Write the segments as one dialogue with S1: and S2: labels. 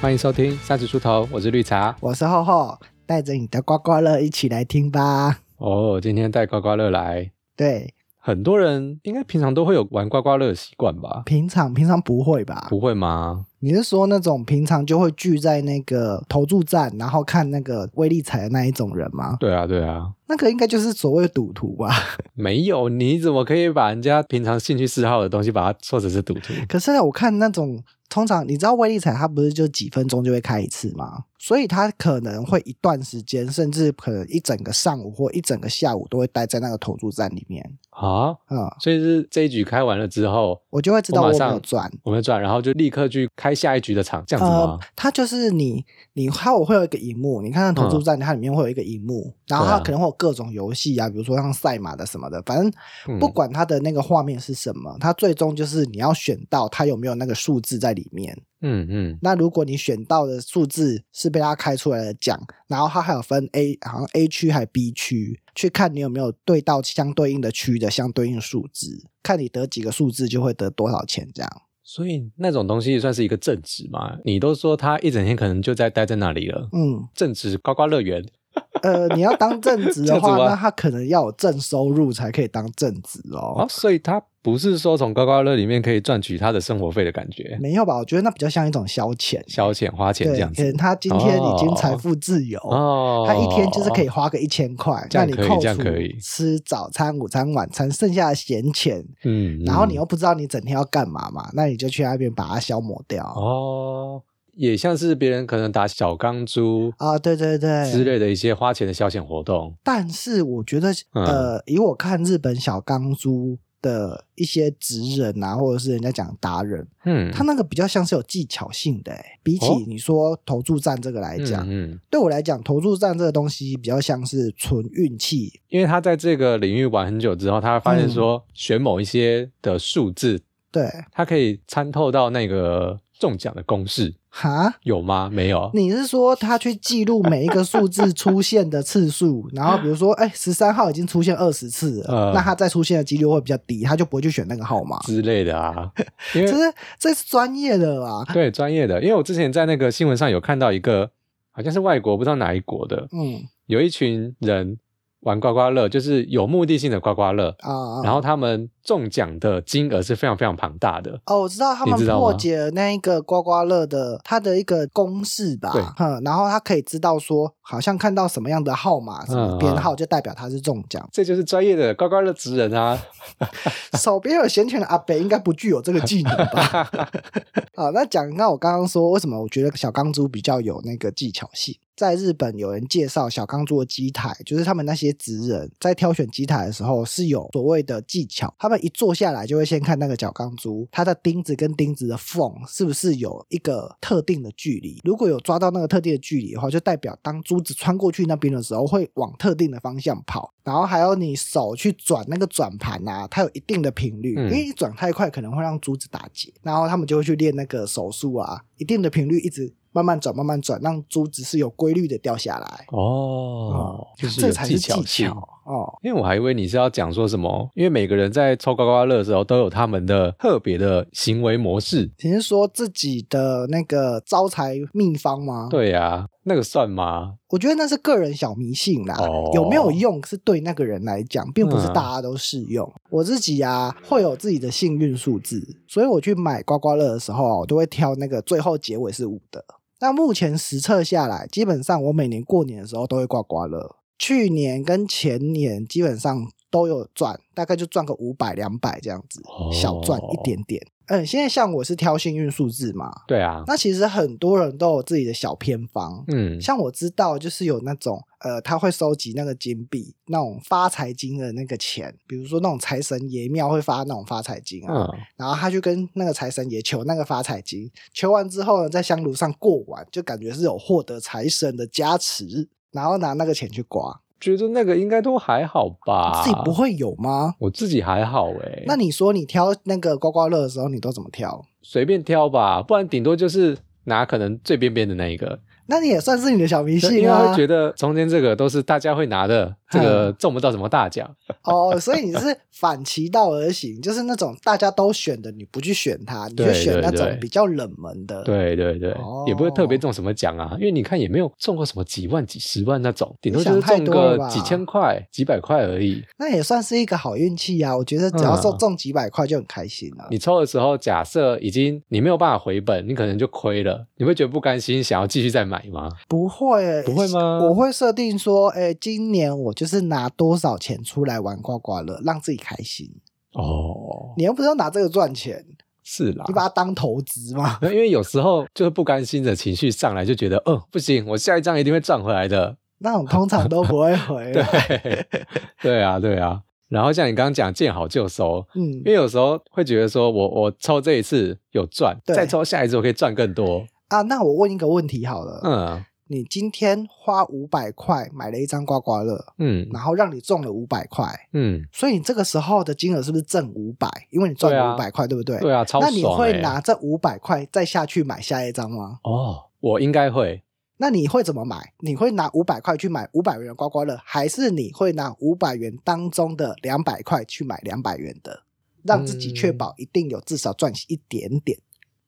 S1: 欢迎收听三十出头，我是绿茶。
S2: 我是厚厚，带着你的刮刮乐一起来听吧。
S1: 哦，今天带刮刮乐来，
S2: 对，
S1: 很多人应该平常都会有玩刮刮乐的习惯吧？
S2: 平常平常不会吧？
S1: 不会吗？
S2: 你是说那种平常就会聚在那个投注站，然后看那个威力彩的那一种人吗？
S1: 对啊，对啊，
S2: 那个应该就是所谓的赌徒吧？
S1: 没有，你怎么可以把人家平常兴趣嗜好的东西，把它说成是赌徒？
S2: 可是我看那种通常，你知道威力彩它不是就几分钟就会开一次吗？所以它可能会一段时间，甚至可能一整个上午或一整个下午都会待在那个投注站里面。
S1: 啊？
S2: 嗯，
S1: 所以是这一局开完了之后，
S2: 我就会知道
S1: 我马
S2: 我没
S1: 上
S2: 有赚。
S1: 我们转，然后就立刻去开下一局的场，这样子吗
S2: 呃？，它就是你，你它我会有一个荧幕，你看看投注站，它里面会有一个荧幕，然后
S1: 对啊
S2: 它可能会有各种游戏啊，比如说像赛马的什么的，反正
S1: 嗯
S2: 不管它的那个画面是什么，它最终就是你要选到它有没有那个数字在里面。
S1: 嗯嗯，
S2: 那如果你选到的数字是被它开出来的奖，然后它还有分 A，好像 A 区还 B 区，去看你有没有对到相对应的区的相对应数字，看你得几个数字就会得多少钱这样。
S1: 所以那种东西算是一个正职嘛？你都说他一整天可能就在待在那里了，
S2: 嗯，
S1: 正职刮刮乐园
S2: 呃，你要当正职
S1: 这样子
S2: 的话，
S1: 吗
S2: 那他可能要有正收入才可以当正职
S1: 哦，
S2: 哦。
S1: 所以他不是说从刮刮乐里面可以赚取他的生活费的感觉，
S2: 没有吧？我觉得那比较像一种消遣，
S1: 消遣花钱
S2: 对，
S1: 这样
S2: 可
S1: 子
S2: 能他今天已经财富自由，
S1: 哦，
S2: 他一天就是可以花个一千块，
S1: 这
S2: 那
S1: 样
S2: 你
S1: 可以
S2: 扣
S1: 这样
S2: 除
S1: 可以
S2: 吃早餐、午餐、晚餐，剩下的闲钱，
S1: 嗯，嗯
S2: 然后你又不知道你整天要干嘛嘛，那你就去那边把它消磨掉。
S1: 哦，也像是别人可能打小钢珠
S2: 啊，对对对，
S1: 之类的一些花钱的消遣活动，
S2: 但是我觉得，
S1: 嗯
S2: 呃，以我看日本小钢珠的一些职人啊，或者是人家讲达人，
S1: 嗯，
S2: 它那个比较像是有技巧性的、欸，比起
S1: 哦
S2: 你说投注站这个来讲，
S1: 嗯嗯，
S2: 对我来讲，投注站这个东西比较像是纯运气。
S1: 因为他在这个领域玩很久之后，他发现
S2: 嗯
S1: 说选某一些的数字，
S2: 对，
S1: 他可以参透到那个中奖的公式，
S2: 哈，
S1: 有吗？没有，
S2: 你是说他去记录每一个数字出现的次数，然后比如说，哎、十三号已经出现二十次了，
S1: 呃
S2: 那他再出现的几率会比较低，他就不会去选那个号码。
S1: 之类的啊，因为
S2: 这是这是专业的啊，
S1: 对专业的，因为我之前在那个新闻上有看到一个，好像是外国不知道哪一国的，
S2: 嗯
S1: 有一群人玩刮刮乐，就是有目的性的刮刮乐，
S2: 啊，
S1: 然后他们中奖的金额是非常非常庞大的。
S2: 哦，我知道他们
S1: 你知道吗
S2: 破解了那一个刮刮乐的它的一个公式吧
S1: 对，。
S2: 哼，然后他可以知道说，好像看到什么样的号码、什么编号，就代表他是中奖
S1: 这就是专业的刮刮乐职人啊！
S2: 手边有闲钱的阿北应该不具有这个技能吧？好，那讲那我刚刚说，为什么我觉得小钢珠比较有那个技巧性？在日本有人介绍小钢珠的机台，就是他们那些职人在挑选机台的时候是有所谓的技巧，他们一坐下来就会先看那个小钢珠，它的钉子跟钉子的缝是不是有一个特定的距离，如果有抓到那个特定的距离的话，就代表当珠子穿过去那边的时候会往特定的方向跑，然后还有你手去转那个转盘啊，它有一定的频率，
S1: 嗯
S2: 因为一转太快可能会让珠子打结，然后他们就会去练那个手速啊，一定的频率一直慢慢转，慢慢转，让珠子是有规律的掉下来。
S1: 哦，就是有
S2: 这才
S1: 技
S2: 是
S1: 巧
S2: 技
S1: 性。
S2: 巧哦。
S1: 因为我还以为你是要讲说什么，因为每个人在抽刮刮乐的时候都有他们的特别的行为模式。
S2: 你是说自己的那个招财秘方吗？，
S1: 对啊，那个算吗？
S2: 我觉得那是个人小迷信啦，
S1: 哦
S2: 有没有用是对那个人来讲，并不是
S1: 嗯
S2: 大家都适用。我自己啊，会有自己的幸运数字，所以我去买刮刮乐的时候啊，我都会挑那个最后结尾是五的。那目前实测下来，基本上我每年过年的时候都会刮刮乐，去年跟前年基本上都有赚，大概就赚个五百两百这样子
S1: 哦，
S2: 小赚一点点。嗯，现在像我是挑幸运数字嘛，
S1: 对啊，
S2: 那其实很多人都有自己的小偏方，
S1: 嗯，
S2: 像我知道，就是有那种呃，他会收集那个金币，那种发财金的那个钱，比如说那种财神爷庙会发那种发财金啊，
S1: 嗯，
S2: 然后他去跟那个财神爷求那个发财金，求完之后呢，在香炉上过完，就感觉是有获得财神的加持，然后拿那个钱去刮，
S1: 觉得那个应该都还好吧。
S2: 自己不，会有吗？
S1: 我自己还好哎、
S2: 那你说你挑那个刮刮乐的时候，你都怎么挑？
S1: 随便挑吧，不然顶多就是拿可能最边边的那一个，
S2: 那你也算是你的小迷
S1: 因为
S2: 信
S1: 他
S2: 啊
S1: 会觉。得中间这个都是大家会拿的，这个
S2: 嗯
S1: 中不到什么大奖。
S2: 哦，所以你是反其道而行，就是那种大家都选的，你不去选它，你就
S1: 对
S2: 选
S1: 对
S2: 那种
S1: 对
S2: 比较冷门的。
S1: 对对对，也不会特别
S2: 哦
S1: 中什么奖啊，因为你看也没有中过什么几万、几十万那种，顶
S2: 你
S1: 多
S2: 想
S1: 就是
S2: 太
S1: 中
S2: 多了
S1: 个
S2: 吧
S1: 几千块、几百块而已。
S2: 那也算是一个好运气啊！我觉得只要中
S1: 嗯
S2: 中几百块就很开心了。
S1: 你抽的时候，假设已经你没有办法回本，你可能就亏了，你会觉得不甘心，想要继续再买吗？
S2: 不会欸，
S1: 不会吗
S2: 我会设定说，哎、今年我就是拿多少钱出来玩刮刮乐，让自己开心。
S1: 哦，
S2: 你又不是要拿这个赚钱，
S1: 是啦
S2: 你，把它当投资嘛。
S1: 因为有时候就是不甘心的情绪上来，就觉得，嗯，不行，我下一张一定会赚回来的。
S2: 那种通常都不会 回
S1: 对
S2: 来。，
S1: 对啊，对啊。然后像你刚刚讲，见好就收，
S2: 嗯
S1: 因为有时候会觉得说我我抽这一次有赚，
S2: 对
S1: 再抽下一次我可以赚更多。
S2: 啊，那我问一个问题好了，
S1: 嗯
S2: 你今天花五百块买了一张刮刮乐，
S1: 嗯
S2: 然后让你中了五百块，
S1: 嗯，
S2: 所以你这个时候的金额是不是正五百？因为你赚
S1: 对
S2: 了
S1: 啊
S2: 五百块，对不对？
S1: 对啊，超
S2: 那
S1: 爽、欸。
S2: 你会拿这五百块再下去买下一张吗？
S1: 哦，我应该会。
S2: 那你会怎么买？你会拿五百块去买五百元的刮刮乐，还是你会拿五百元当中的两百块去买两百元的，让自己确
S1: 嗯
S2: 保一定有至少赚一点点？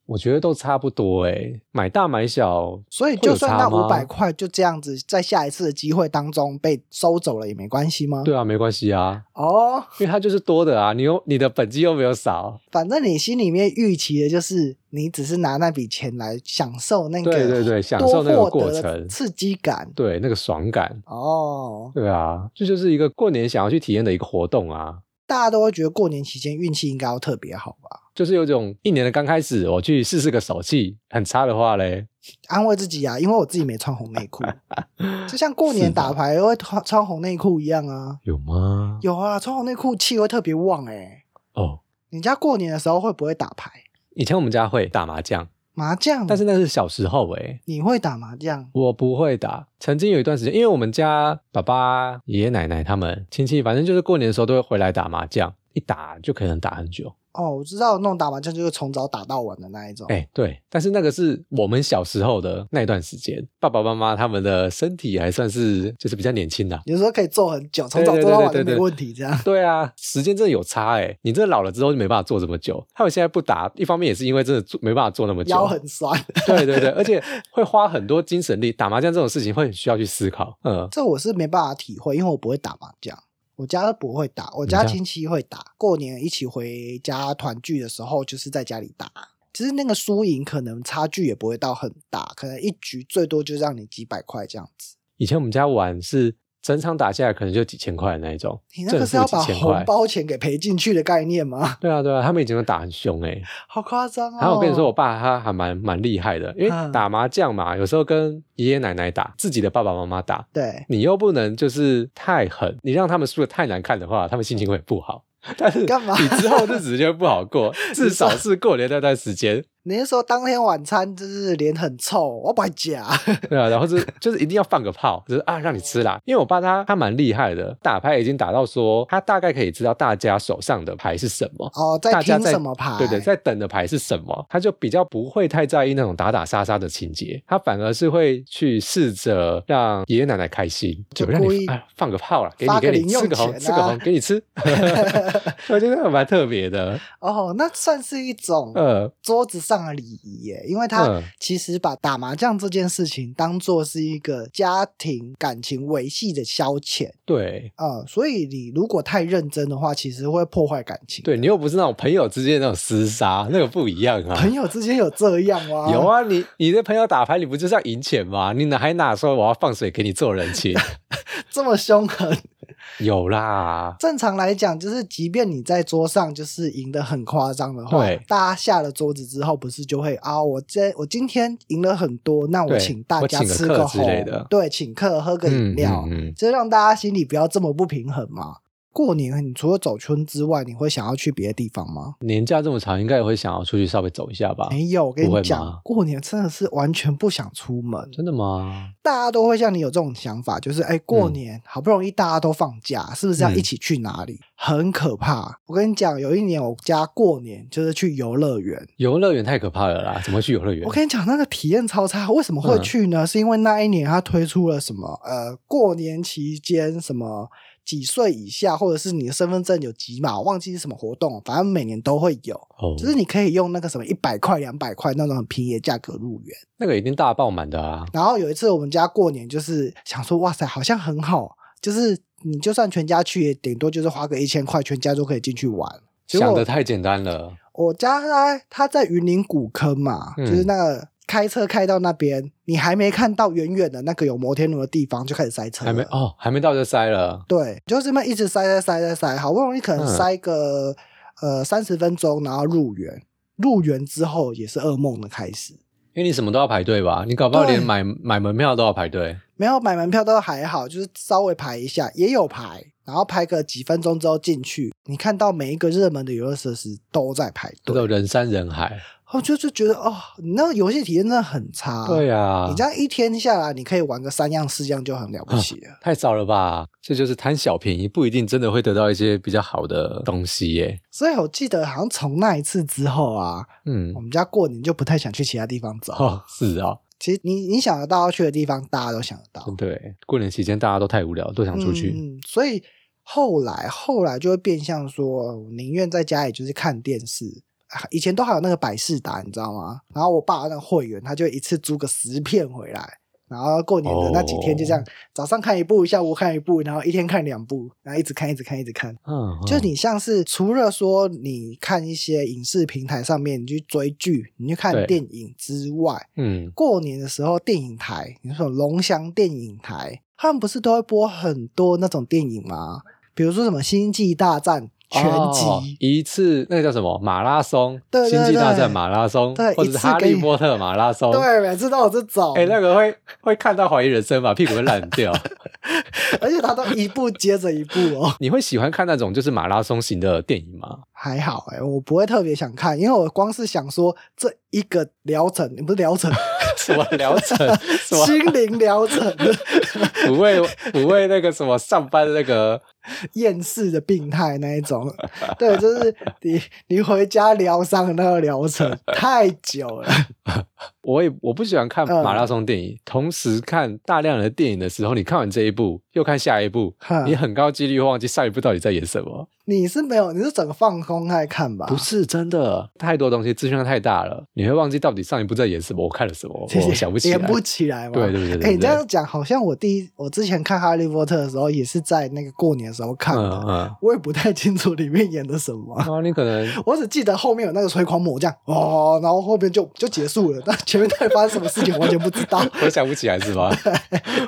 S1: 我觉得都差不多诶、买大买小，
S2: 所以就算那
S1: 会有差吗
S2: 五百块就这样子，在下一次的机会当中被收走了也没关系吗？
S1: 对啊，没关系啊，
S2: 哦，
S1: 因为它就是多的啊，你又你的本金又没有少，
S2: 反正你心里面预期的就是你只是拿那笔钱来享受那个
S1: 对对对享受那个
S2: 多获
S1: 过
S2: 得的
S1: 程
S2: 刺激感
S1: 对，那个爽感，
S2: 哦。
S1: 对啊，这就是一个过年想要去体验的一个活动啊，
S2: 大家都会觉得过年期间运气应该要特别好吧？
S1: 就是有种一年的刚开始，我去试试个手气，很差的话嘞，
S2: 安慰自己啊，因为我自己没穿红内裤， 就像过
S1: 是
S2: 年
S1: 吧
S2: 打牌会穿穿红内裤一样啊。
S1: 有吗？
S2: 有啊，穿红内裤气会特别旺哎、
S1: 哦，
S2: 你家过年的时候会不会打牌
S1: 以前我们家会打麻将，
S2: 麻将？
S1: 但是那是小时候诶、
S2: 你会打麻将？
S1: 我不会打。曾经有一段时间，因为我们家爸爸、爷爷奶奶他们亲戚，反正就是过年的时候都会回来打麻将，一打就可能打很久。
S2: 哦，我知道那种打麻将就是从早打到晚的那一种。
S1: 哎、对，但是那个是我们小时候的那一段时间，爸爸妈妈他们的身体还算是就是比较年轻的、
S2: 有时候可以做很久，从
S1: 对
S2: 早
S1: 对
S2: 做到晚
S1: 对对
S2: 都没
S1: 对
S2: 问题。这样，
S1: 对啊，时间真的有差哎、你真的老了之后就没办法做这么久。还有现在不打，一方面也是因为真的做没办法做那么久
S2: 腰，很酸。
S1: 对对对，而且会花很多精神力。打麻将这种事情会很需要去思考，嗯，
S2: 这我是没办法体会，因为我不会打麻将。我家不会打，我家
S1: 你家
S2: 亲戚会打。过年一起回家团聚的时候，就是在家里打。其实那个输赢可能差距也不会到很大，可能一局最多就让你几百块这样子。
S1: 以前我们家玩是整场打下来可能就几千块的那一种，
S2: 你那个是
S1: 正
S2: 要
S1: 负
S2: 把
S1: 几千
S2: 红
S1: 块。
S2: 包钱给赔进去的概念吗？
S1: 对啊，对啊，他们以前都打很凶哎、欸。
S2: 好夸张哦！
S1: 然后我跟你说，我爸他还蛮蛮厉害的，因
S2: 嗯
S1: 为打麻将嘛，有时候跟爷爷奶奶打，自己的爸爸妈妈打，
S2: 对，
S1: 你又不能就是太狠，你让他们输的太难看的话，他们心情会不好。但是
S2: 干嘛
S1: 你之后日子就会不好 过，至少
S2: 啊
S1: 是过年那段时间。
S2: 你是说当天晚餐就是脸很臭，我不假。
S1: 对啊，然后是就是一定要放个炮，就是啊让你吃啦。因为我爸他他蛮厉害的，打牌已经打到说他大概可以知道大家手上的牌是什么。
S2: 哦，在
S1: 大家
S2: 听
S1: 在
S2: 什么牌？
S1: 对对，在等的牌是什么，他就比较不会太在意那种打打杀杀的情节，他反而是会去试着让爷爷奶奶开心，
S2: 就
S1: 就让
S2: 故
S1: 你
S2: 意
S1: 哎放个炮啦，给你
S2: 发个
S1: 给你
S2: 零用
S1: 吃个
S2: 钱
S1: 红
S2: 啊
S1: 吃个红给你吃， 我觉得蛮特别的，
S2: 哦，那算是一种
S1: 呃，
S2: 桌子上的礼仪耶，因为他
S1: 嗯
S2: 其实把打麻将这件事情当做是一个家庭感情维系的消遣
S1: 对。
S2: 啊、呃所以你如果太认真的话，其实会破坏感情。
S1: 对你又不是那种朋友之间的那种厮杀，那个不一样啊。
S2: 朋友之间有这样吗？
S1: 有，啊，你你的朋友打牌，你不就是要赢钱吗？你哪还哪说我要放水给你做人情？
S2: 这么凶狠。
S1: 有啦，
S2: 正常来讲，就是即便你在桌上就是赢得很夸张的话
S1: 对，
S2: 大家下了桌子之后，不是就会啊，我这我今天赢了很多，那我
S1: 对
S2: 请大
S1: 我
S2: 家
S1: 请个
S2: 吃
S1: 客
S2: 个
S1: 之
S2: 红
S1: 类的
S2: 对，请客喝个饮料，啊
S1: 嗯嗯嗯
S2: 就让大家心里不要这么不平衡嘛。过年你除了走春之外，你会想要去别的地方吗？
S1: 年假这么长，应该也会想要出去稍微走一下吧？
S2: 没有，我跟
S1: 啊不会
S2: 你
S1: 吗
S2: 讲，过年真的是完全不想出门。
S1: 真的吗？
S2: 大家都会像你有这种想法，就是哎，过
S1: 嗯
S2: 年、好不容易大家都放假，是不是要一起去哪里？很可怕。我跟你讲，有一年我家过年就是去游乐园，
S1: 游乐园太可怕了啦，怎么去游乐园
S2: 我？跟你讲那个体验超差。为什么会去呢？是因为那一年他推出了什么呃，过年期间什么几岁以下，或者是你的身份证有几码，忘记是什么活动，反正每年都会有。
S1: 哦，
S2: 就是你可以用那个什么一百块、两百块那种很便宜的价格入园。
S1: 那个一定大爆满的啊！
S2: 然后有一次我们家过年，就是想说，哇塞，好像很好，就是你就算全家去，也顶多就是花个一千块，全家都可以进去玩。结
S1: 想
S2: 果
S1: 的
S2: 呃
S1: 太简单了，
S2: 我家他他在云林古坑嘛，
S1: 嗯
S2: 就是那个开车开到那边，你还没看到远远的那个有摩天轮的地方，就开始塞车了。
S1: 还没哦，还没到就塞了。
S2: 对，就这么一直塞塞塞塞塞，好不容易可能
S1: 嗯
S2: 塞个、呃三十分钟，然后入园。入园之后也是噩梦的开始。
S1: 因为你什么都要排队吧？你搞不好
S2: 对
S1: 连买买门票都要排队。
S2: 没有买门票都还好，就是稍微排一下，也有排，然后排个几分钟之后进去，你看到每一个热门的游乐设施都在排
S1: 这
S2: 队，
S1: 种人山人海。
S2: 我就就觉得哦，你那个游戏体验真的很差。
S1: 对、啊
S2: 你，这样一天下来，你可以玩个三样四样就很了不起了。
S1: 太少了吧？这就是贪小便宜，不一定真的会得到一些比较好的东西耶。
S2: 所以我记得好像从那一次之后啊，
S1: 嗯
S2: 我，们家过年就不太想去其他地方走。
S1: 哦，是哦，
S2: 其实你你想得到要去的地方，大家都想得到。
S1: 对，过年期间大家都太无聊，都嗯想出去。
S2: 嗯，所以后来后来就会变相说，我宁愿在家里就是看电视。啊以前都还有那个百事达，你知道吗？然后我爸那个会员，他就一次租个十片回来，然后过年的那几天就
S1: 哦
S2: 这样，早上看一部，下午看一部，然后一天看两部，然后一直看，一直看，一直看。
S1: 嗯，
S2: 就
S1: 嗯
S2: 你像是除了说你看一些影视平台上面，你去追剧，你去看
S1: 对
S2: 电影之外，
S1: 嗯，
S2: 过年的时候，电影台，你说龙翔电影台，他们不是都会播很多那种电影吗？比如说什么《星际大战》全
S1: 哦
S2: 集，
S1: 一次那个叫什么马拉松，
S2: 对对对
S1: 星际大战马拉松，
S2: 对
S1: 或者
S2: 一
S1: 是
S2: 次
S1: 哈
S2: 给
S1: 利
S2: 你
S1: 波特马拉松。
S2: 对，每次都有这种，
S1: 哦哎、那个会会看到怀疑人生吧，屁股会烂 掉。
S2: 而且它都一部接着一部哦。
S1: 你会喜欢看那种就是马拉松型的电影吗？
S2: 还好哎、我不会特别想看，因为我光是想说这一个疗程，不是疗程，
S1: 什么疗 程？什么
S2: 心灵疗程，
S1: 不会不会那个什么上班的那个
S2: 厌世的病态那一种， 对，就是你你回家疗伤的那个 疗程太久了。
S1: 我也我不喜欢看
S2: 嗯
S1: 马拉松电影，同时看大量的电影的时候，你看完这一部又看下一部，
S2: 哈
S1: 你很高几率会忘记上一部到底在演什么。
S2: 你是没有，你是整个放空在看吧？
S1: 不，是真的，太多东西资讯量太大了，你会忘记到底上一部在演什么，我看了什么，我想不起来。
S2: 连不起来嘛。
S1: 对对对对
S2: 哎、你这
S1: 对
S2: 样讲，好像我第一，我之前看《哈利波特》的时候，也是在那个过年的时候看
S1: 嗯
S2: 的，
S1: 嗯，
S2: 我也不太清楚里面演的什么
S1: 然。后你可能
S2: 我只记得后面有那个吹狂魔这样哦，然后后面就就结束了，但前面到底发生什么事情我完全不知道。
S1: 我想不起来是 吧？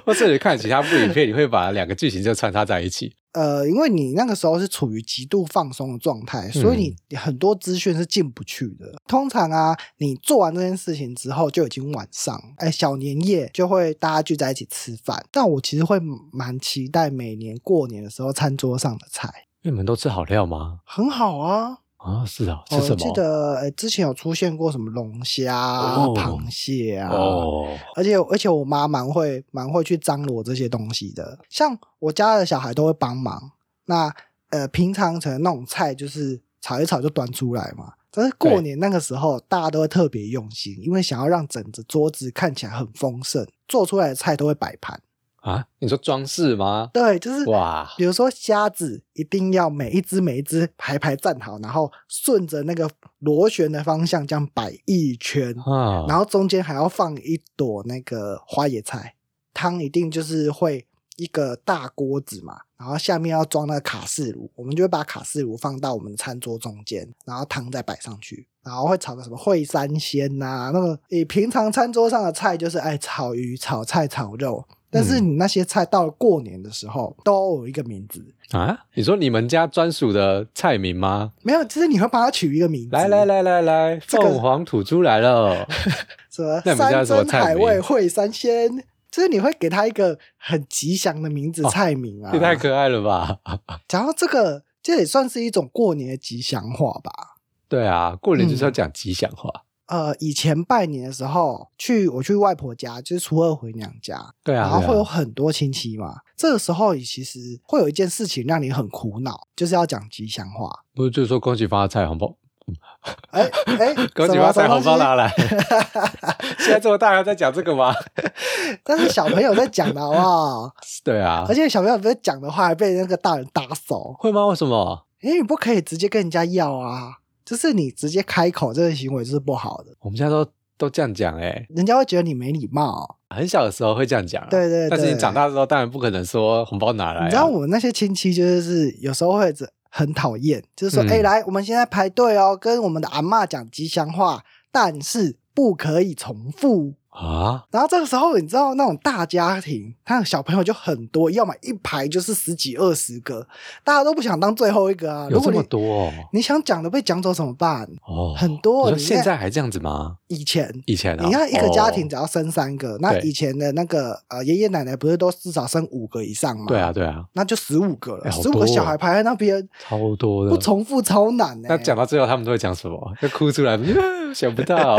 S1: 或者你看其他部影片，你会把两个剧情就穿插在一起。哎
S2: 呃，因为你那个时候是处于极度放松的状态，所
S1: 嗯
S2: 以你很多资讯是进不去的。通常啊，你做完这件事情之后就已经晚上，哎，小年夜就会大家聚在一起吃饭。但我其实会蛮期待每年过年的时候餐桌上的菜，
S1: 你们都吃好料吗？
S2: 很好啊。
S1: 啊，是啊，吃
S2: 我
S1: 什么？
S2: 记得呃之前有出现过什么龙虾、啊、
S1: 哦
S2: 螃蟹啊，
S1: 哦，
S2: 而且而且我妈蛮会蛮会去张罗这些东西的，像我家的小孩都会帮忙。那呃，平常可能那种菜就是炒一炒就端出来嘛，但是过
S1: 对
S2: 年那个时候大家都会特别用心，因为想要让整个桌子看起来很丰盛，做出来的菜都会摆盘。
S1: 啊，你说装饰吗？
S2: 对，就是
S1: 哇，
S2: 比如说虾子，一定要每一只每一只排排站好，然后顺着那个螺旋的方向这样摆一圈。
S1: 啊，
S2: 然后中间还要放一朵那个花野菜，汤一定就是会一个大锅子嘛，然后下面要装那个卡式炉，我们就会把卡式炉放到我们的餐桌中间，然后汤再摆上去，然后会炒个什么烩三鲜呐、那个你平常餐桌上的菜就是哎炒鱼、炒菜、炒肉，但是
S1: 嗯
S2: 你那些菜到了过年的时候都有一个名字，
S1: 啊，你说你们家专属的菜名吗？
S2: 没有，就是你会帮它取一个名字，
S1: 来来。来来来，
S2: 这 个
S1: 凤凰吐珠来了，
S2: 什么
S1: 那你们家有
S2: 山
S1: 什么
S2: 珍
S1: 菜
S2: 海
S1: 名
S2: 味烩三鲜，就是你会给他一个很吉祥的名字、
S1: 哦
S2: 菜名啊。
S1: 也太可爱了吧！
S2: 讲到这个，这也算是一种过年的吉祥话吧。
S1: 对啊，过年就是要讲吉祥话。
S2: 呃，以前拜年的时候，去我去外婆家，就是初二回娘家，
S1: 对啊，
S2: 然后
S1: 对啊
S2: 会哦有很多亲戚嘛。这个时候，你其实会有一件事情让你很苦恼，就是要讲吉祥话。
S1: 不是就是说恭喜发财红包，
S2: 哎哎，
S1: 恭喜
S2: 什
S1: 发
S2: 么
S1: 财红包拿？
S2: 什么
S1: 来。现在这么大还要再讲这个 吗？
S2: 东西 但是小朋友在讲的好不好？
S1: 对 啊
S2: 而，且小朋友在讲的话，还被那个大人打手。
S1: 会吗？为什么？
S2: 因为你不可以直接跟人家要啊，就是你直接开口这个行为就是不好的，
S1: 我们现在都都这样讲哎、
S2: 人家会觉得你没礼貌。
S1: 很小的时候会这样讲、啊，
S2: 对对对
S1: 但是你长大之后，当然不可能说红包拿来、啊。
S2: 哦你知道我们那些亲戚就是有时候会很讨厌，就是说，
S1: 嗯
S2: 哎、来，我们现在排队哦，跟我们的阿嬷讲吉祥话，但是不可以重复。
S1: 啊？
S2: 然后这个时候，你知道那种大家庭，他的小朋友就很多，要么一排就是十几二十个，大家都不想当最后一个啊。
S1: 有
S2: 如
S1: 这
S2: 果
S1: 么
S2: 你
S1: 多哦？
S2: 你想讲的被讲走怎么办？
S1: 哦，
S2: 很多
S1: 你说
S2: 你
S1: 现
S2: 看
S1: 在还这样子吗？
S2: 以前
S1: 以前啊，
S2: 你看一个家庭
S1: 哦
S2: 只要生三个，那
S1: 对
S2: 以前的那个呃爷爷奶奶不是都至少生五个以上嘛？
S1: 对，啊，对啊，
S2: 那就十五个了，
S1: 哎好
S2: 十
S1: 多哦
S2: 五、个小孩排在那边，
S1: 超多的。
S2: 不重复超难欸呢、
S1: 那讲到最后，他们都会讲什么？ 就哭出来，想不 到。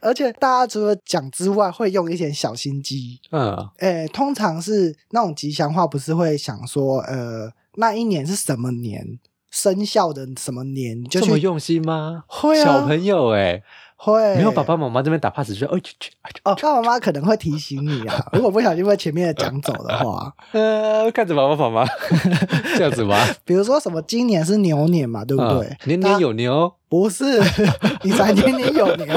S2: 而且大家除了讲之外，会用一些小心机。
S1: 嗯，
S2: 诶，通常是那种吉祥话，不是会想说，呃，那一年是什么年，生肖的什么年，你就
S1: 这么
S2: 去
S1: 用心吗？
S2: 会啊
S1: 小朋友哎、
S2: 会
S1: 没有爸爸妈妈这边打 pass 就说，哦去去，哎去
S2: 哦，爸爸妈妈可能会提醒你啊，如果不小心被前面的讲走的话。
S1: 呃，看着爸爸妈妈 这样子吗？
S2: 比如说什么今年是牛年嘛，对不对？
S1: 嗯年年
S2: 大
S1: 有牛，
S2: 不是， 你才年年有牛，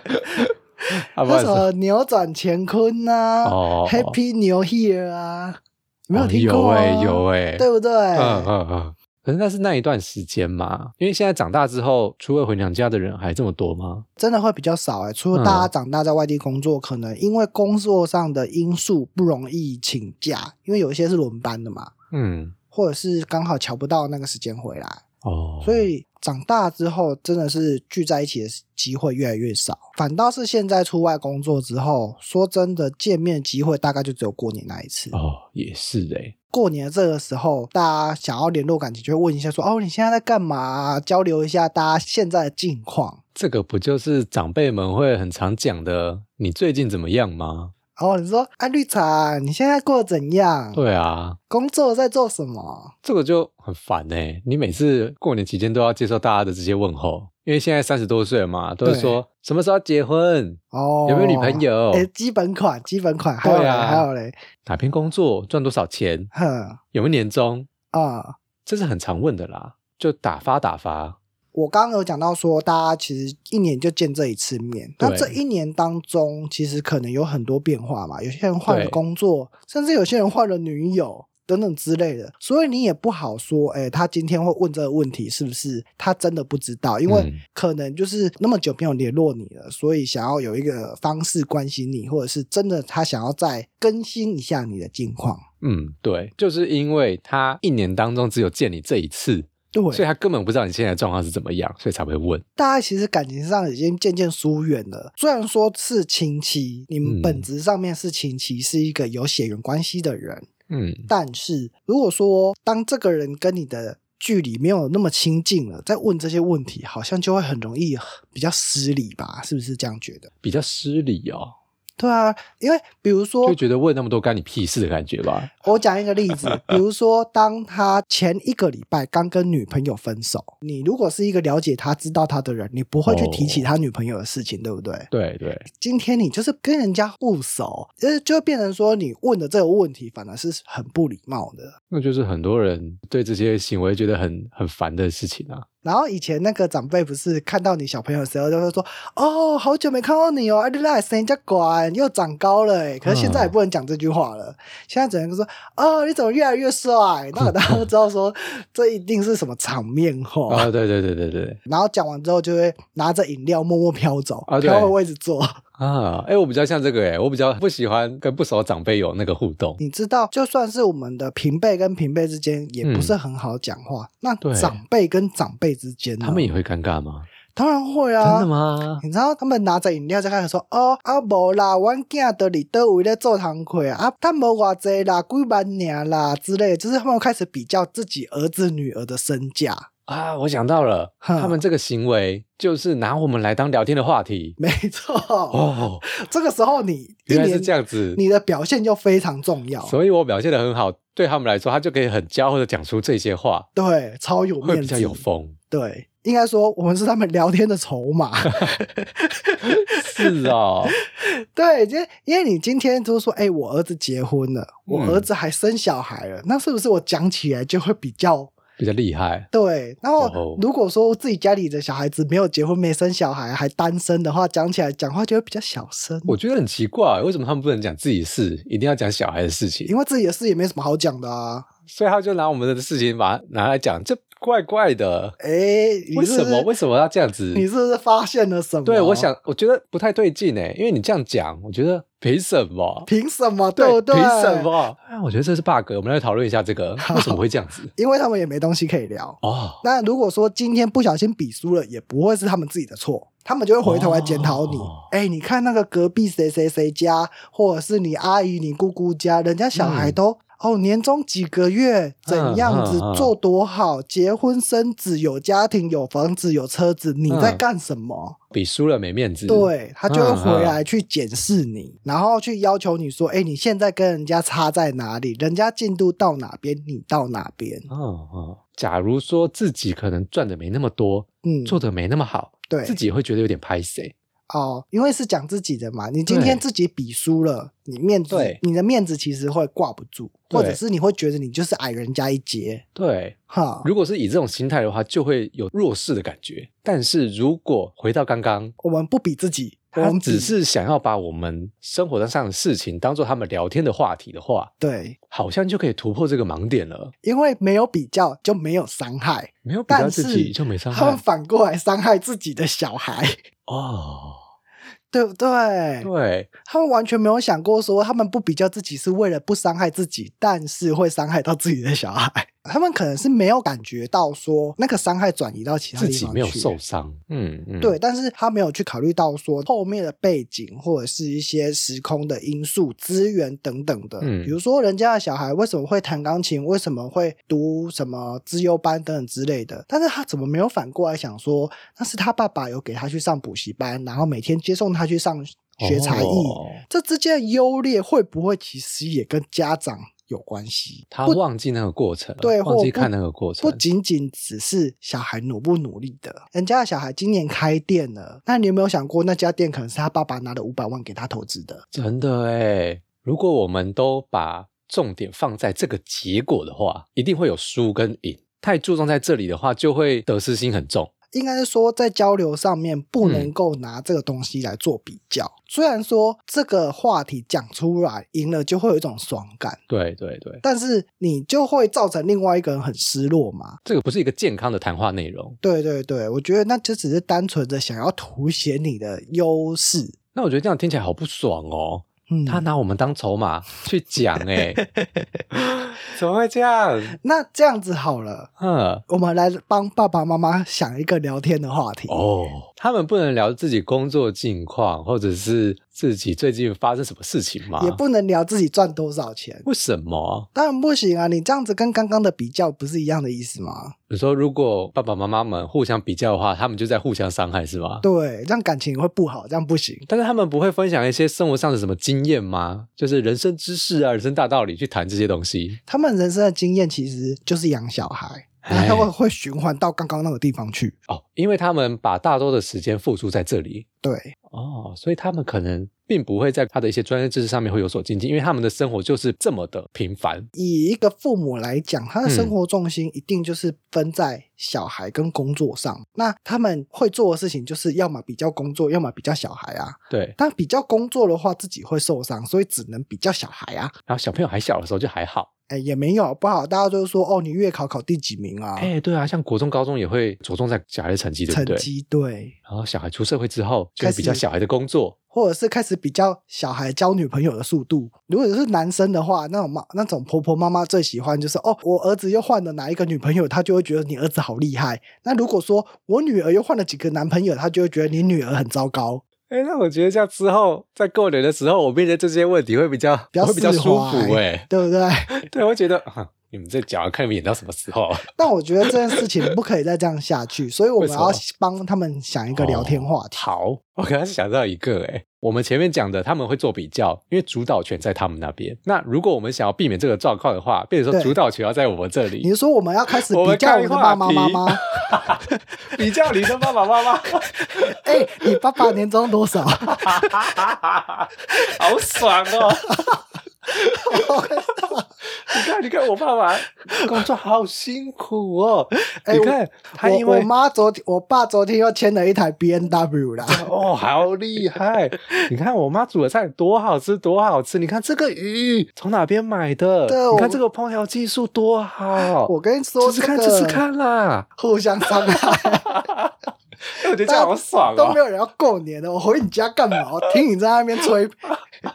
S1: 啊，不好
S2: 那
S1: 意
S2: 什
S1: 思，
S2: 么扭转乾坤呐、
S1: 哦
S2: h a p p y New Year 啊，有没有
S1: 哦
S2: 听过、啊
S1: 有哎有哎
S2: 对不对？
S1: 嗯嗯嗯。可是那是那一段时间嘛，因为现在长大之后，初二回娘家的人还这么多吗？
S2: 真的会比较少哎、除了大家长大在外地工作，可能因为工作上的因素不容易请假，因为有一些是轮班的嘛，
S1: 嗯，
S2: 或者是刚好瞧不到那个时间回来，
S1: 哦，
S2: 所以长大之后，真的是聚在一起的机会越来越少，反倒是现在出外工作之后，说真的，见面机会大概就只有过年那一次。
S1: 哦也是哎、
S2: 过年这个时候，大家想要联络感情，就会问一下说：“哦，你现在在干嘛啊、交流一下大家现在的近况。
S1: 这个不就是长辈们会很常讲的，你最近怎么样吗？
S2: 然后你说：“哎、绿茶，你现在过得怎样？
S1: 对啊，
S2: 工作在做什么
S1: 这个就很烦哎、你每次过年期间都要接受大家的这些问候，因为现在三十多岁了嘛，都会
S2: 对
S1: 说什么时候要结婚，？”
S2: 哦，
S1: 有没有女朋？友，
S2: 哎、基本款，基本款，还有嘞，
S1: 对啊
S2: 还有嘞，
S1: 哪边工作，赚多少钱，
S2: 哼
S1: 有没有年终，
S2: 啊、
S1: 这是很常问的啦，就打发打发。
S2: 我刚刚有讲到说，大家其实一年就见这一次面，那
S1: 对
S2: 这一年当中，其实可能有很多变化嘛。有些人换了
S1: 对
S2: 工作，甚至有些人换了女友等等之类的，所以你也不好说，哎，他今天会问这个问题，是不是他真的不知道？因为
S1: 嗯
S2: 可能就是那么久没有联络你了，所以想要有一个方式关心你，或者是真的他想要再更新一下你的近况。
S1: 嗯，对，就是因为他一年当中只有见你这一次，
S2: 对，
S1: 所以他根本不知道你现在的状况是怎么样，所以才会问。
S2: 大家其实感情上已经渐渐疏远了。虽然说是亲戚，你们
S1: 嗯
S2: 本质上面是亲戚，是一个有血缘关系的人，
S1: 嗯，
S2: 但是如果说当这个人跟你的距离没有那么亲近了，再问这些问题，好像就会很容易比较失礼吧？是不是这样觉得？
S1: 比较失礼哦，
S2: 对啊，因为比如说
S1: 就，觉得问那么多干你屁事的感觉吧。
S2: 我讲一个例 子，比如说，当他前一个礼拜刚跟女朋友分手，你如果是一个了解他、知道他的人，你不会去提起
S1: 哦
S2: 他女朋友的事情，对不对？
S1: 对对，
S2: 今天你就是跟人家不熟，呃，就变成说你问的这个问题反而是很不礼貌的。
S1: 那就是很多人对这些行为觉得很很烦的事情啊。
S2: 然后以前那个长辈不是看到你小朋友的时候，就会说：“哦，好久没看到你哦，啊，你那声音叫乖，你又长高了欸。”可是现在也不能讲这句话了，现在只能说：“哦，你怎么越来越帅？”那我当然知道说这一定是什么场面 话。
S1: 啊，对对对对对
S2: 然后讲完之后，就会拿着饮料默默飘走，
S1: 啊对
S2: 飘回位置坐。
S1: 啊！哎、我比较像这个哎、我比较不喜欢跟不熟的长辈有那个互动。
S2: 你知道，就算是我们的平辈跟平辈之间，也不是很好讲话。那
S1: 嗯对
S2: 长辈跟长辈之间呢，
S1: 他们也会尴尬吗？
S2: 当然会啊，
S1: 真的？吗？
S2: 你知道他们拿着饮料在开始说哦，啊无啦，阮囝的里倒位咧做堂课啊，啊，趁无偌济啦，几万年啦之类的，就是他们开始比较自己儿子女儿的身价。
S1: 啊，我想到了，
S2: 哼
S1: 他们这个行为就是拿我们来当聊天的话题。
S2: 没错，
S1: 哦，
S2: 这个时候你一
S1: 原来是
S2: 年
S1: 这样子，
S2: 你的表现就非常重要，
S1: 所以我表现的很好，对他们来说，他就可以很骄傲的讲出这些话，
S2: 对，超有
S1: 会
S2: 面
S1: 比较
S2: 子，
S1: 有风。
S2: 对。应该说，我们是他们聊天的筹码。
S1: 是哦，
S2: 对，因为因为你今天就是说，哎、我儿子结婚了，我
S1: 嗯
S2: 儿子还生小孩了，那是不是我讲起来就会比较
S1: 比较厉害。
S2: 对，然
S1: 哦
S2: 后如果说自己家里的小孩子没有结婚、没生小孩，还单身的话，讲起来讲话就会比较小声，
S1: 我觉得很奇怪，为什么他们不能讲自己的事，一定要讲小孩的事情
S2: 因？为自己的事也没什么好讲的啊。
S1: 所以他就拿我们的事情把它拿来讲，这怪怪的。
S2: 哎，你
S1: 为
S2: 是
S1: 什
S2: 不是
S1: 么？为什么要这样子？
S2: 你是不是发现了什么？
S1: 对，我想，我觉得不太对劲哎，因为你这样讲，我觉得凭什么？
S2: 凭什么？对不对？
S1: 凭什？么？啊我觉得这是 bug，我们来讨论一下这个为什么会这样子
S2: 因为他们也没东西可以聊。
S1: 哦。
S2: 那如果说今天不小心比输了，也不会是他们自己的错，他们就会回头来检讨你
S1: 哦。
S2: 哎、你看那个隔壁谁谁谁家，或者是你阿姨、你姑姑家，人家小孩都、哦年终几个月怎样子
S1: 嗯嗯嗯嗯
S2: 做多好，结婚生子，有家庭，有房子，有车子，你
S1: 嗯
S2: 在干什么？
S1: 比输了没面子，，
S2: 对他就
S1: 嗯
S2: 会回来去检视你，然后去要求你说，哎、你现在跟人家差在哪里？人家进度到哪边，你到哪边？
S1: 哦哦。假如说自己可能赚的没那么多，
S2: 嗯，
S1: 做的没那么好，
S2: 对，
S1: 自己会觉得有点拍谁
S2: 哦，因为是讲自己的嘛，你今天
S1: 对
S2: 自己比输了，你面子
S1: 对，
S2: 你的面子其实会挂不住，或者
S1: 对
S2: 是你会觉得你就是矮人家一截，
S1: 对，
S2: 哈。
S1: 如果是以这种心态的话，就会有弱势的感觉。但是如果回到刚刚，
S2: 我们不比自己，我
S1: 他
S2: 们比
S1: 只是想要把我们生活上的事情当做他们聊天的话题的话，
S2: 对，
S1: 好像就可以突破这个盲点了。
S2: 因为没有比较就没有伤害，
S1: 没有比较
S2: 但
S1: 自
S2: 是
S1: 己就没伤
S2: 他们
S1: 害
S2: 反过来伤害自己的小孩，
S1: 哦。
S2: 对不对？
S1: 对，
S2: 他们完全没有想过说，他们不比较自己是为了不伤害自己，但是会伤害到自己的小孩。 他们可能是没有感觉到说那个伤害转移到其他
S1: 自
S2: 地
S1: 己
S2: 方
S1: 没有
S2: 去
S1: 受伤，嗯嗯，
S2: 对，但是他没有去考虑到说后面的背景或者是一些时空的因素、资源等等的。
S1: 嗯
S2: 比如说人家的小孩为什么会弹钢琴，为什么会读什么资优班等等之类的，但是他怎么没有反过来想说，那是他爸爸有给他去上补习班，然后每天接送他去上学才艺，
S1: 哦
S2: 这之间的优劣会不会其实也跟家长有关系？
S1: 他忘记那个过程，
S2: 对
S1: 忘
S2: 或
S1: 记
S2: 不
S1: 看那个过程
S2: 不，仅仅只是小孩努不努力的，人家的小孩今年开店了，那你有没有想过那家店可能是他爸爸拿了五百万给他投资的？
S1: 真的哎。如果我们都把重点放在这个结果的话，一定会有输跟赢。太注重在这里的话，就会得失心很重。
S2: 应该是说在交流上面不能够拿这个东西来做比较。虽然说这个话题讲出来赢了就会有一种爽感，
S1: 对对对，
S2: 但是你就会造成另外一个人很失落嘛。
S1: 这个不是一个健康的谈话内容。
S2: 对对对，我觉得那就只是单纯的想要凸显你的优势。
S1: 那我觉得这样听起来好不爽哦，
S2: 嗯，
S1: 他拿我们当筹码去讲哎， 怎么会这样？
S2: 那这样子好了。
S1: 嗯，
S2: 我们来帮爸爸妈妈想一个聊天的话题。
S1: 哦，他们不能聊自己工作近况，或者是自己最近发生什么事情吗？
S2: 也不能聊自己赚多少钱，
S1: 为什么？
S2: 当然不行啊！你这样子跟刚刚的比较不是一样的意思吗？
S1: 你说如果爸爸妈妈们互相比较的话，他们就在互相伤害，是吗？
S2: 对，这样感情会不好，这样不行。
S1: 但是他们不会分享一些生活上的什么经验吗？就是人生知识啊、人生大道理去谈这些东西。
S2: 他们人生的经验其实就是养小孩，
S1: 哎
S2: 他会会循环到刚刚那个地方去。
S1: 哦，因为他们把大多的时间付出在这里
S2: 对，
S1: 哦，所以他们可能并不会在他的一些专业知识上面会有所精进，因为他们的生活就是这么的平凡。
S2: 以一个父母来讲，他的
S1: 嗯
S2: 生活重心一定就是分在小孩跟工作上。那他们会做的事情就是要么比较工作，要么比较小孩啊。
S1: 对，
S2: 但比较工作的话，自己会受伤，所以只能比较小孩啊。
S1: 然后小朋友还小的时候就还好，
S2: 哎，也没有不好，大家都说哦，你月考考第几名啊？
S1: 哎、对啊，像国中、高中也会着重在小孩的成绩，对不
S2: 成
S1: 对？
S2: 绩对，
S1: 然后小孩出社会之后，就
S2: 开
S1: 会
S2: 始
S1: 比较小孩的工作，
S2: 或者是开始比较小孩交女朋友的速度。如果是男生的话，那种妈那种婆婆妈妈最喜欢就是哦，我儿子又换了哪一个女朋友，她就会觉得你儿子好厉害。那如果说我女儿又换了几个男朋友，她就会觉得你女儿很糟糕。
S1: 哎，那我觉得这样之后，在过年的时候，我面对这些问题会比较
S2: 比较
S1: 会比较
S2: 释
S1: 舒服
S2: 怀
S1: 哎、
S2: 对不对？
S1: 对，我会觉得、啊你们这讲看你们演到什么时候？啊
S2: 但我觉得这件事情不可以再这样下去，所以我
S1: 为
S2: 们
S1: 什
S2: 要
S1: 么
S2: 帮他们想一个聊天话题。
S1: 好，我刚刚想到一个哎、我们前面讲的他们会做比较，因为主导权在他们那边。那如果我们想要避免这个状况的话，变成说
S2: 对
S1: 主导权要在我们这
S2: 你
S1: 里，
S2: 是说我们要开始
S1: 我
S2: 比
S1: 们
S2: 较我
S1: 开
S2: 们的爸爸妈妈？
S1: 比较你的爸爸妈妈，
S2: 哎、你爸爸年终 多少？
S1: 好爽哦！你看，你看我爸爸工作好辛苦哦。
S2: 哎
S1: 你看他因
S2: 我我
S1: 为
S2: 妈昨天，我爸昨天又签了一台 B N W 啦。
S1: 哦，好厉害！你看我妈煮的菜多好吃，多好吃！你看这个鱼从哪边买的？
S2: 对
S1: 你
S2: 我
S1: 看这个烹调技术多好！
S2: 我跟你说、
S1: 吃
S2: 这
S1: 吃看，
S2: 个
S1: 吃吃看啦！
S2: 互相伤害，
S1: 哎我觉得这样好爽
S2: 都没
S1: 哦！
S2: 有人要过年的。我回你家干嘛？我听你在那边吹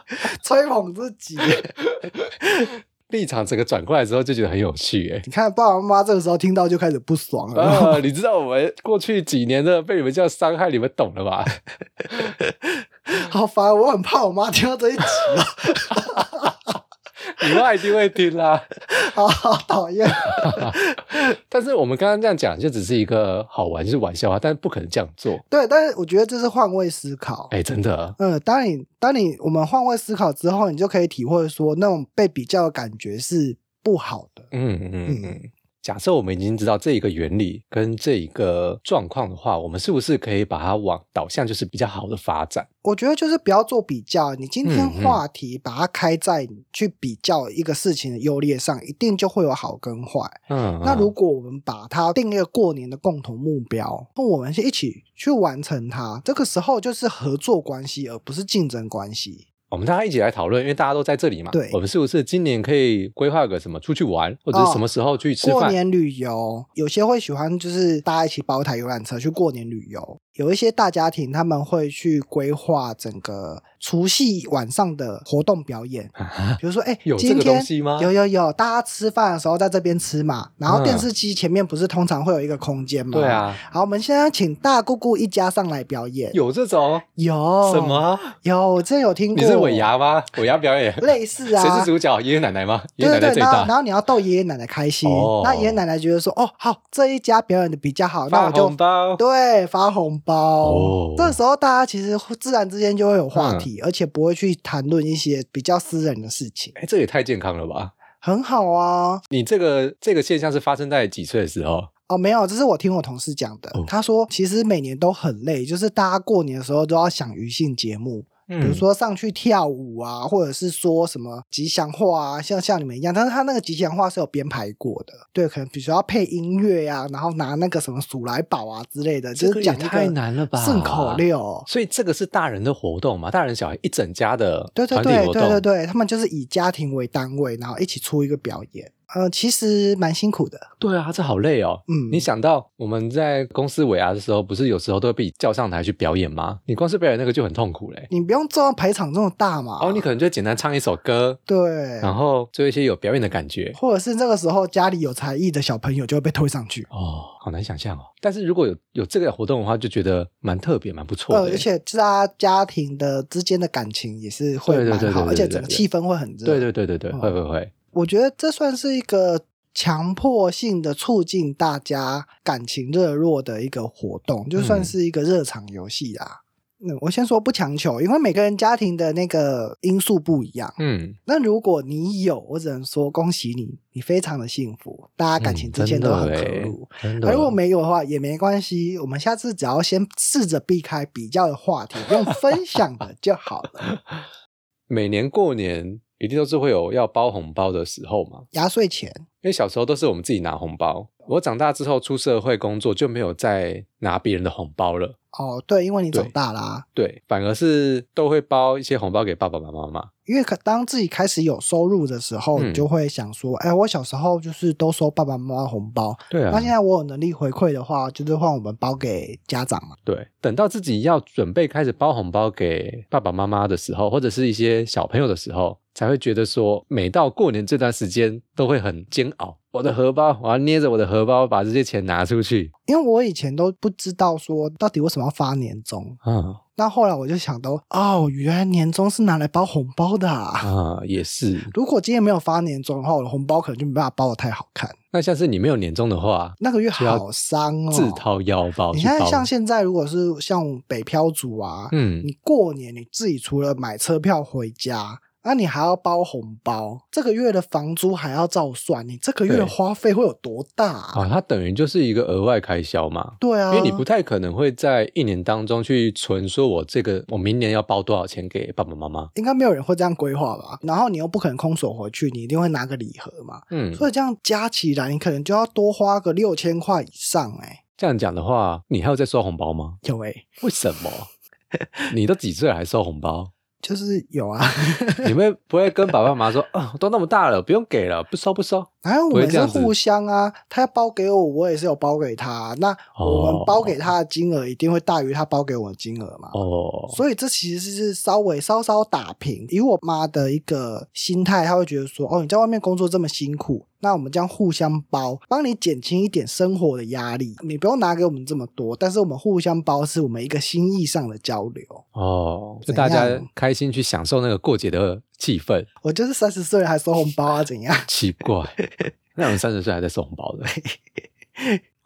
S2: 吹捧自己。
S1: 立场整个转过来之后，就觉得很有趣 哎。
S2: 你看爸爸妈妈这个时候听到就开始不爽了。
S1: 啊，你知道我们过去几年的被你们这样伤害，你们懂了吧？
S2: 好烦，我很怕我妈听到这一集哦，
S1: 你妈一定会听啦。
S2: 好好讨厌。
S1: 但是我们刚刚这样讲，就只是一个好玩，就是玩笑话，但不可能这样做。
S2: 对，但是我觉得这是换位思考。
S1: 哎，真的，
S2: 嗯，当你当你我们换位思考之后，你就可以体会说那种被比较的感觉是不好的。
S1: 嗯嗯嗯。假设我们已经知道这一个原理跟这一个状况的话，我们是不是可以把它往导向就是比较好的发展？
S2: 我觉得就是不要做比较，你今天
S1: 嗯嗯
S2: 话题把它开在你去比较一个事情的优劣上，一定就会有好跟坏。
S1: 嗯，
S2: 那如果我们把它定一个过年的共同目标，那我们是一起去完成它，这个时候就是合作关系，而不是竞争关系。
S1: 我们大家一起来讨论，因为大家都在这里嘛。
S2: 对
S1: 我们是不是今年可以规划个什么出去玩，或者是什么时候去吃
S2: 哦过
S1: 饭？
S2: 年旅游，有些会喜欢就是大家一起包台游览车去过年旅游，有一些大家庭他们会去规划整个除夕晚上的活动表演，
S1: 啊
S2: 比如说哎，
S1: 有这
S2: 今
S1: 个
S2: 天
S1: 东西吗？
S2: 有有有，大家吃饭的时候在这边吃嘛，然后
S1: 嗯
S2: 电视机前面不是通常会有一个空间 吗？
S1: 对。啊，
S2: 好，我们现在请大姑姑一家上来表演。
S1: 有这种
S2: 有
S1: 什？么？
S2: 有，我真的有听过。
S1: 你是尾牙吗？尾牙表演，
S2: 类似啊？
S1: 谁是主角？爷爷奶奶吗？爷
S2: 对
S1: 爷
S2: 对
S1: 奶奶
S2: 对，
S1: 最
S2: 然后
S1: 大
S2: 然。后你要逗爷爷奶奶开心，
S1: 哦
S2: 那爷爷奶奶觉得说，哦，好，这一家表演的比较好，那
S1: 发
S2: 我就
S1: 红包，
S2: 对发红包。
S1: 哦嗯
S2: 这时候大家其实会自然之间就会有话题，而且不会去谈论一些比较私人的事情，
S1: 哎，这也太健康了吧！
S2: 很好啊。
S1: 你这个这个现象是发生在几岁的时候？
S2: 哦，没有，这是我听我同事讲的。
S1: 哦
S2: 他说，其实每年都很累，就是大家过年的时候都要想娱性节目，
S1: 比
S2: 比如，说上去跳舞啊，或者是说什么吉祥话啊，像像你们一样，但是他那个吉祥话是有编排过的，对，可能比如说要配音乐呀、然后拿那个什么鼠来宝啊之类的，
S1: 这
S2: 就
S1: 个也
S2: 是讲一
S1: 太
S2: 个
S1: 难了吧！
S2: 顺口。溜。
S1: 所以这个是大人的活动嘛？大人小孩一整家的
S2: 对对
S1: 团体
S2: 对
S1: 活
S2: 对对
S1: 动，
S2: 对，他们就是以家庭为单位，然后一起出一个表演。呃，其实蛮辛苦的，
S1: 对啊，这好累哦。
S2: 嗯，
S1: 你想到我们在公司尾牙的时候，不是有时候都会被叫上台去表演吗？你光是表演那个就很痛苦嘞。
S2: 你不用做到排场这么大嘛，
S1: 然哦后你可哦能就简单唱一首歌，
S2: 对，
S1: 然后做一些有表演的感觉。
S2: 或者是这个时候家里有才艺的小朋友就会被推上去，
S1: 哦，好难想象哦。但是如果有有这个活动的话，就觉得蛮特别、蛮不错
S2: 呃，
S1: 的耶。欸
S2: 而且大家家庭的之间的感情也是会
S1: 对对
S2: 蛮
S1: 对对
S2: 好，
S1: 对
S2: 而且
S1: 对
S2: 整个
S1: 对
S2: 气氛会很热。
S1: 对对对对对，
S2: 哦
S1: 会会会。
S2: 我觉得这算是一个强迫性的促进大家感情热络的一个活动，就算
S1: 嗯
S2: 是一个热场游戏啦。嗯，我先说不强求，因为每个人家庭的那个因素不一样。
S1: 嗯，
S2: 那如果你有，我只能说恭喜你，你非常的幸福，大家感情
S1: 嗯
S2: 之间都很
S1: 真
S2: 和
S1: 的耶
S2: 睦。
S1: 真
S2: 而
S1: 的。
S2: 如果没有的话也没关系，我们下次只要先试着避开 比较的话题，用分享的就好了。
S1: 每年过年，一定都是会有要包红包的时候嘛。
S2: 压岁钱
S1: 因为小时候都是我们自己拿红包，我长大之后出社会工作就没有再拿别人的红包了。
S2: 哦，对，因为你
S1: 对
S2: 长大啦、
S1: 对，反而是都会包一些红包给爸爸妈妈嘛。
S2: 因为可当自己开始有收入的时候，
S1: 嗯
S2: 你就会想说，哎、我小时候就是都收爸爸妈妈红包，
S1: 对啊
S2: 那现在我有能力回馈的话，就是换我们包给家长嘛。
S1: 对，等到自己要准备开始包红包给爸爸妈妈的时候，或者是一些小朋友的时候，才会觉得说，每到过年这段时间都会很煎熬。我的荷包，我要捏着我的荷包把这些钱拿出去。
S2: 因为我以前都不知道说到底为什么要发年终，
S1: 啊
S2: 那后来我就想到，哦，原来年终是拿来包红包的、啊。
S1: 啊，也是。
S2: 如果今天没有发年终的话，我的红包可能就没办法包的太好看。
S1: 那像是你没有年终的话，
S2: 那个月
S1: 就要
S2: 好伤哦，
S1: 自掏腰包
S2: 你
S1: 去
S2: 看，
S1: 包。
S2: 像现在如果是像北漂族啊，
S1: 嗯，
S2: 你过年你自己除了买车票回家，那、你还要包红包，这个月的房租还要照算，你这个月的
S1: 对
S2: 花费会有多大、啊？
S1: 啊，它等于就是一个额外开销嘛。
S2: 对
S1: 因
S2: 啊，
S1: 为你不太可能会在一年当中去存，说我这个我明年要包多少钱给爸爸妈妈。
S2: 应该没有人会这样规划吧？然后你又不可能空手回去，你一定会拿个礼盒嘛。
S1: 嗯，
S2: 所以这样加起来，你可能就要多花个六千块以上哎、
S1: 这样讲的话，你还有在收红包吗？
S2: 有哎、
S1: 为什 么？你都几岁了还收红包？
S2: 就是有啊。
S1: 你们不会跟爸爸妈妈说啊，都那么大了，不用给了，不收不收。
S2: 然哎后我
S1: 不会
S2: 们
S1: 这
S2: 是
S1: 样子
S2: 互相啊，他要包给我，我也是有包给他。那
S1: 哦
S2: 我们包给他的金额一定会大于他包给我的金额嘛？
S1: 哦，
S2: 所以这其实是稍微稍稍打平。以我妈的一个心态，她会觉得说：“哦，你在外面工作这么辛苦，那我们这样互相包，帮你减轻一点生活的压力。你不用拿给我们这么多，但是我们互相包是我们一个心意上的交流。
S1: 哦，就
S2: 怎
S1: 大
S2: 样
S1: 家开心去享受那个过节的气 氛，”
S2: 我就是三十岁了还收红包啊，怎样？
S1: 奇怪。那我们三十岁还在收红包的，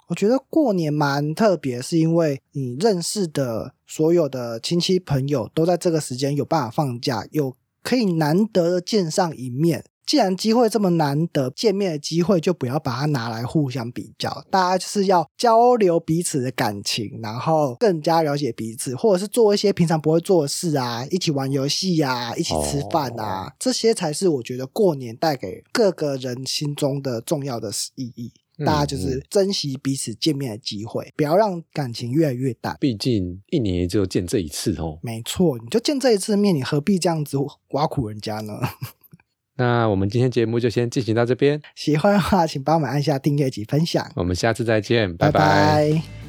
S2: 我觉得过年蛮特别，是因为你认识的所有的亲戚朋友都在这个时间有办法放假，有可以难得的见上一面。既然机会这么难得，见面的机会就不要把它拿来互相比较，大家就是要交流彼此的感情，然后更加了解彼此，或者是做一些平常不会做的事啊，一起玩游戏啊，一起吃饭啊，这些才是我觉得过年带给各个人心中的重要的意义。
S1: 嗯
S2: 大家就是珍惜彼此见面的机会，不要让感情越来越淡。
S1: 毕竟一年也只有见这一次哦。
S2: 没错，你就见这一次面，你何必这样子挖苦人家呢？
S1: 那我们今天节目就先进行到这边，
S2: 喜欢的话，请帮我们按下订阅及分享，
S1: 我们下次再见，拜
S2: 拜
S1: 拜
S2: 拜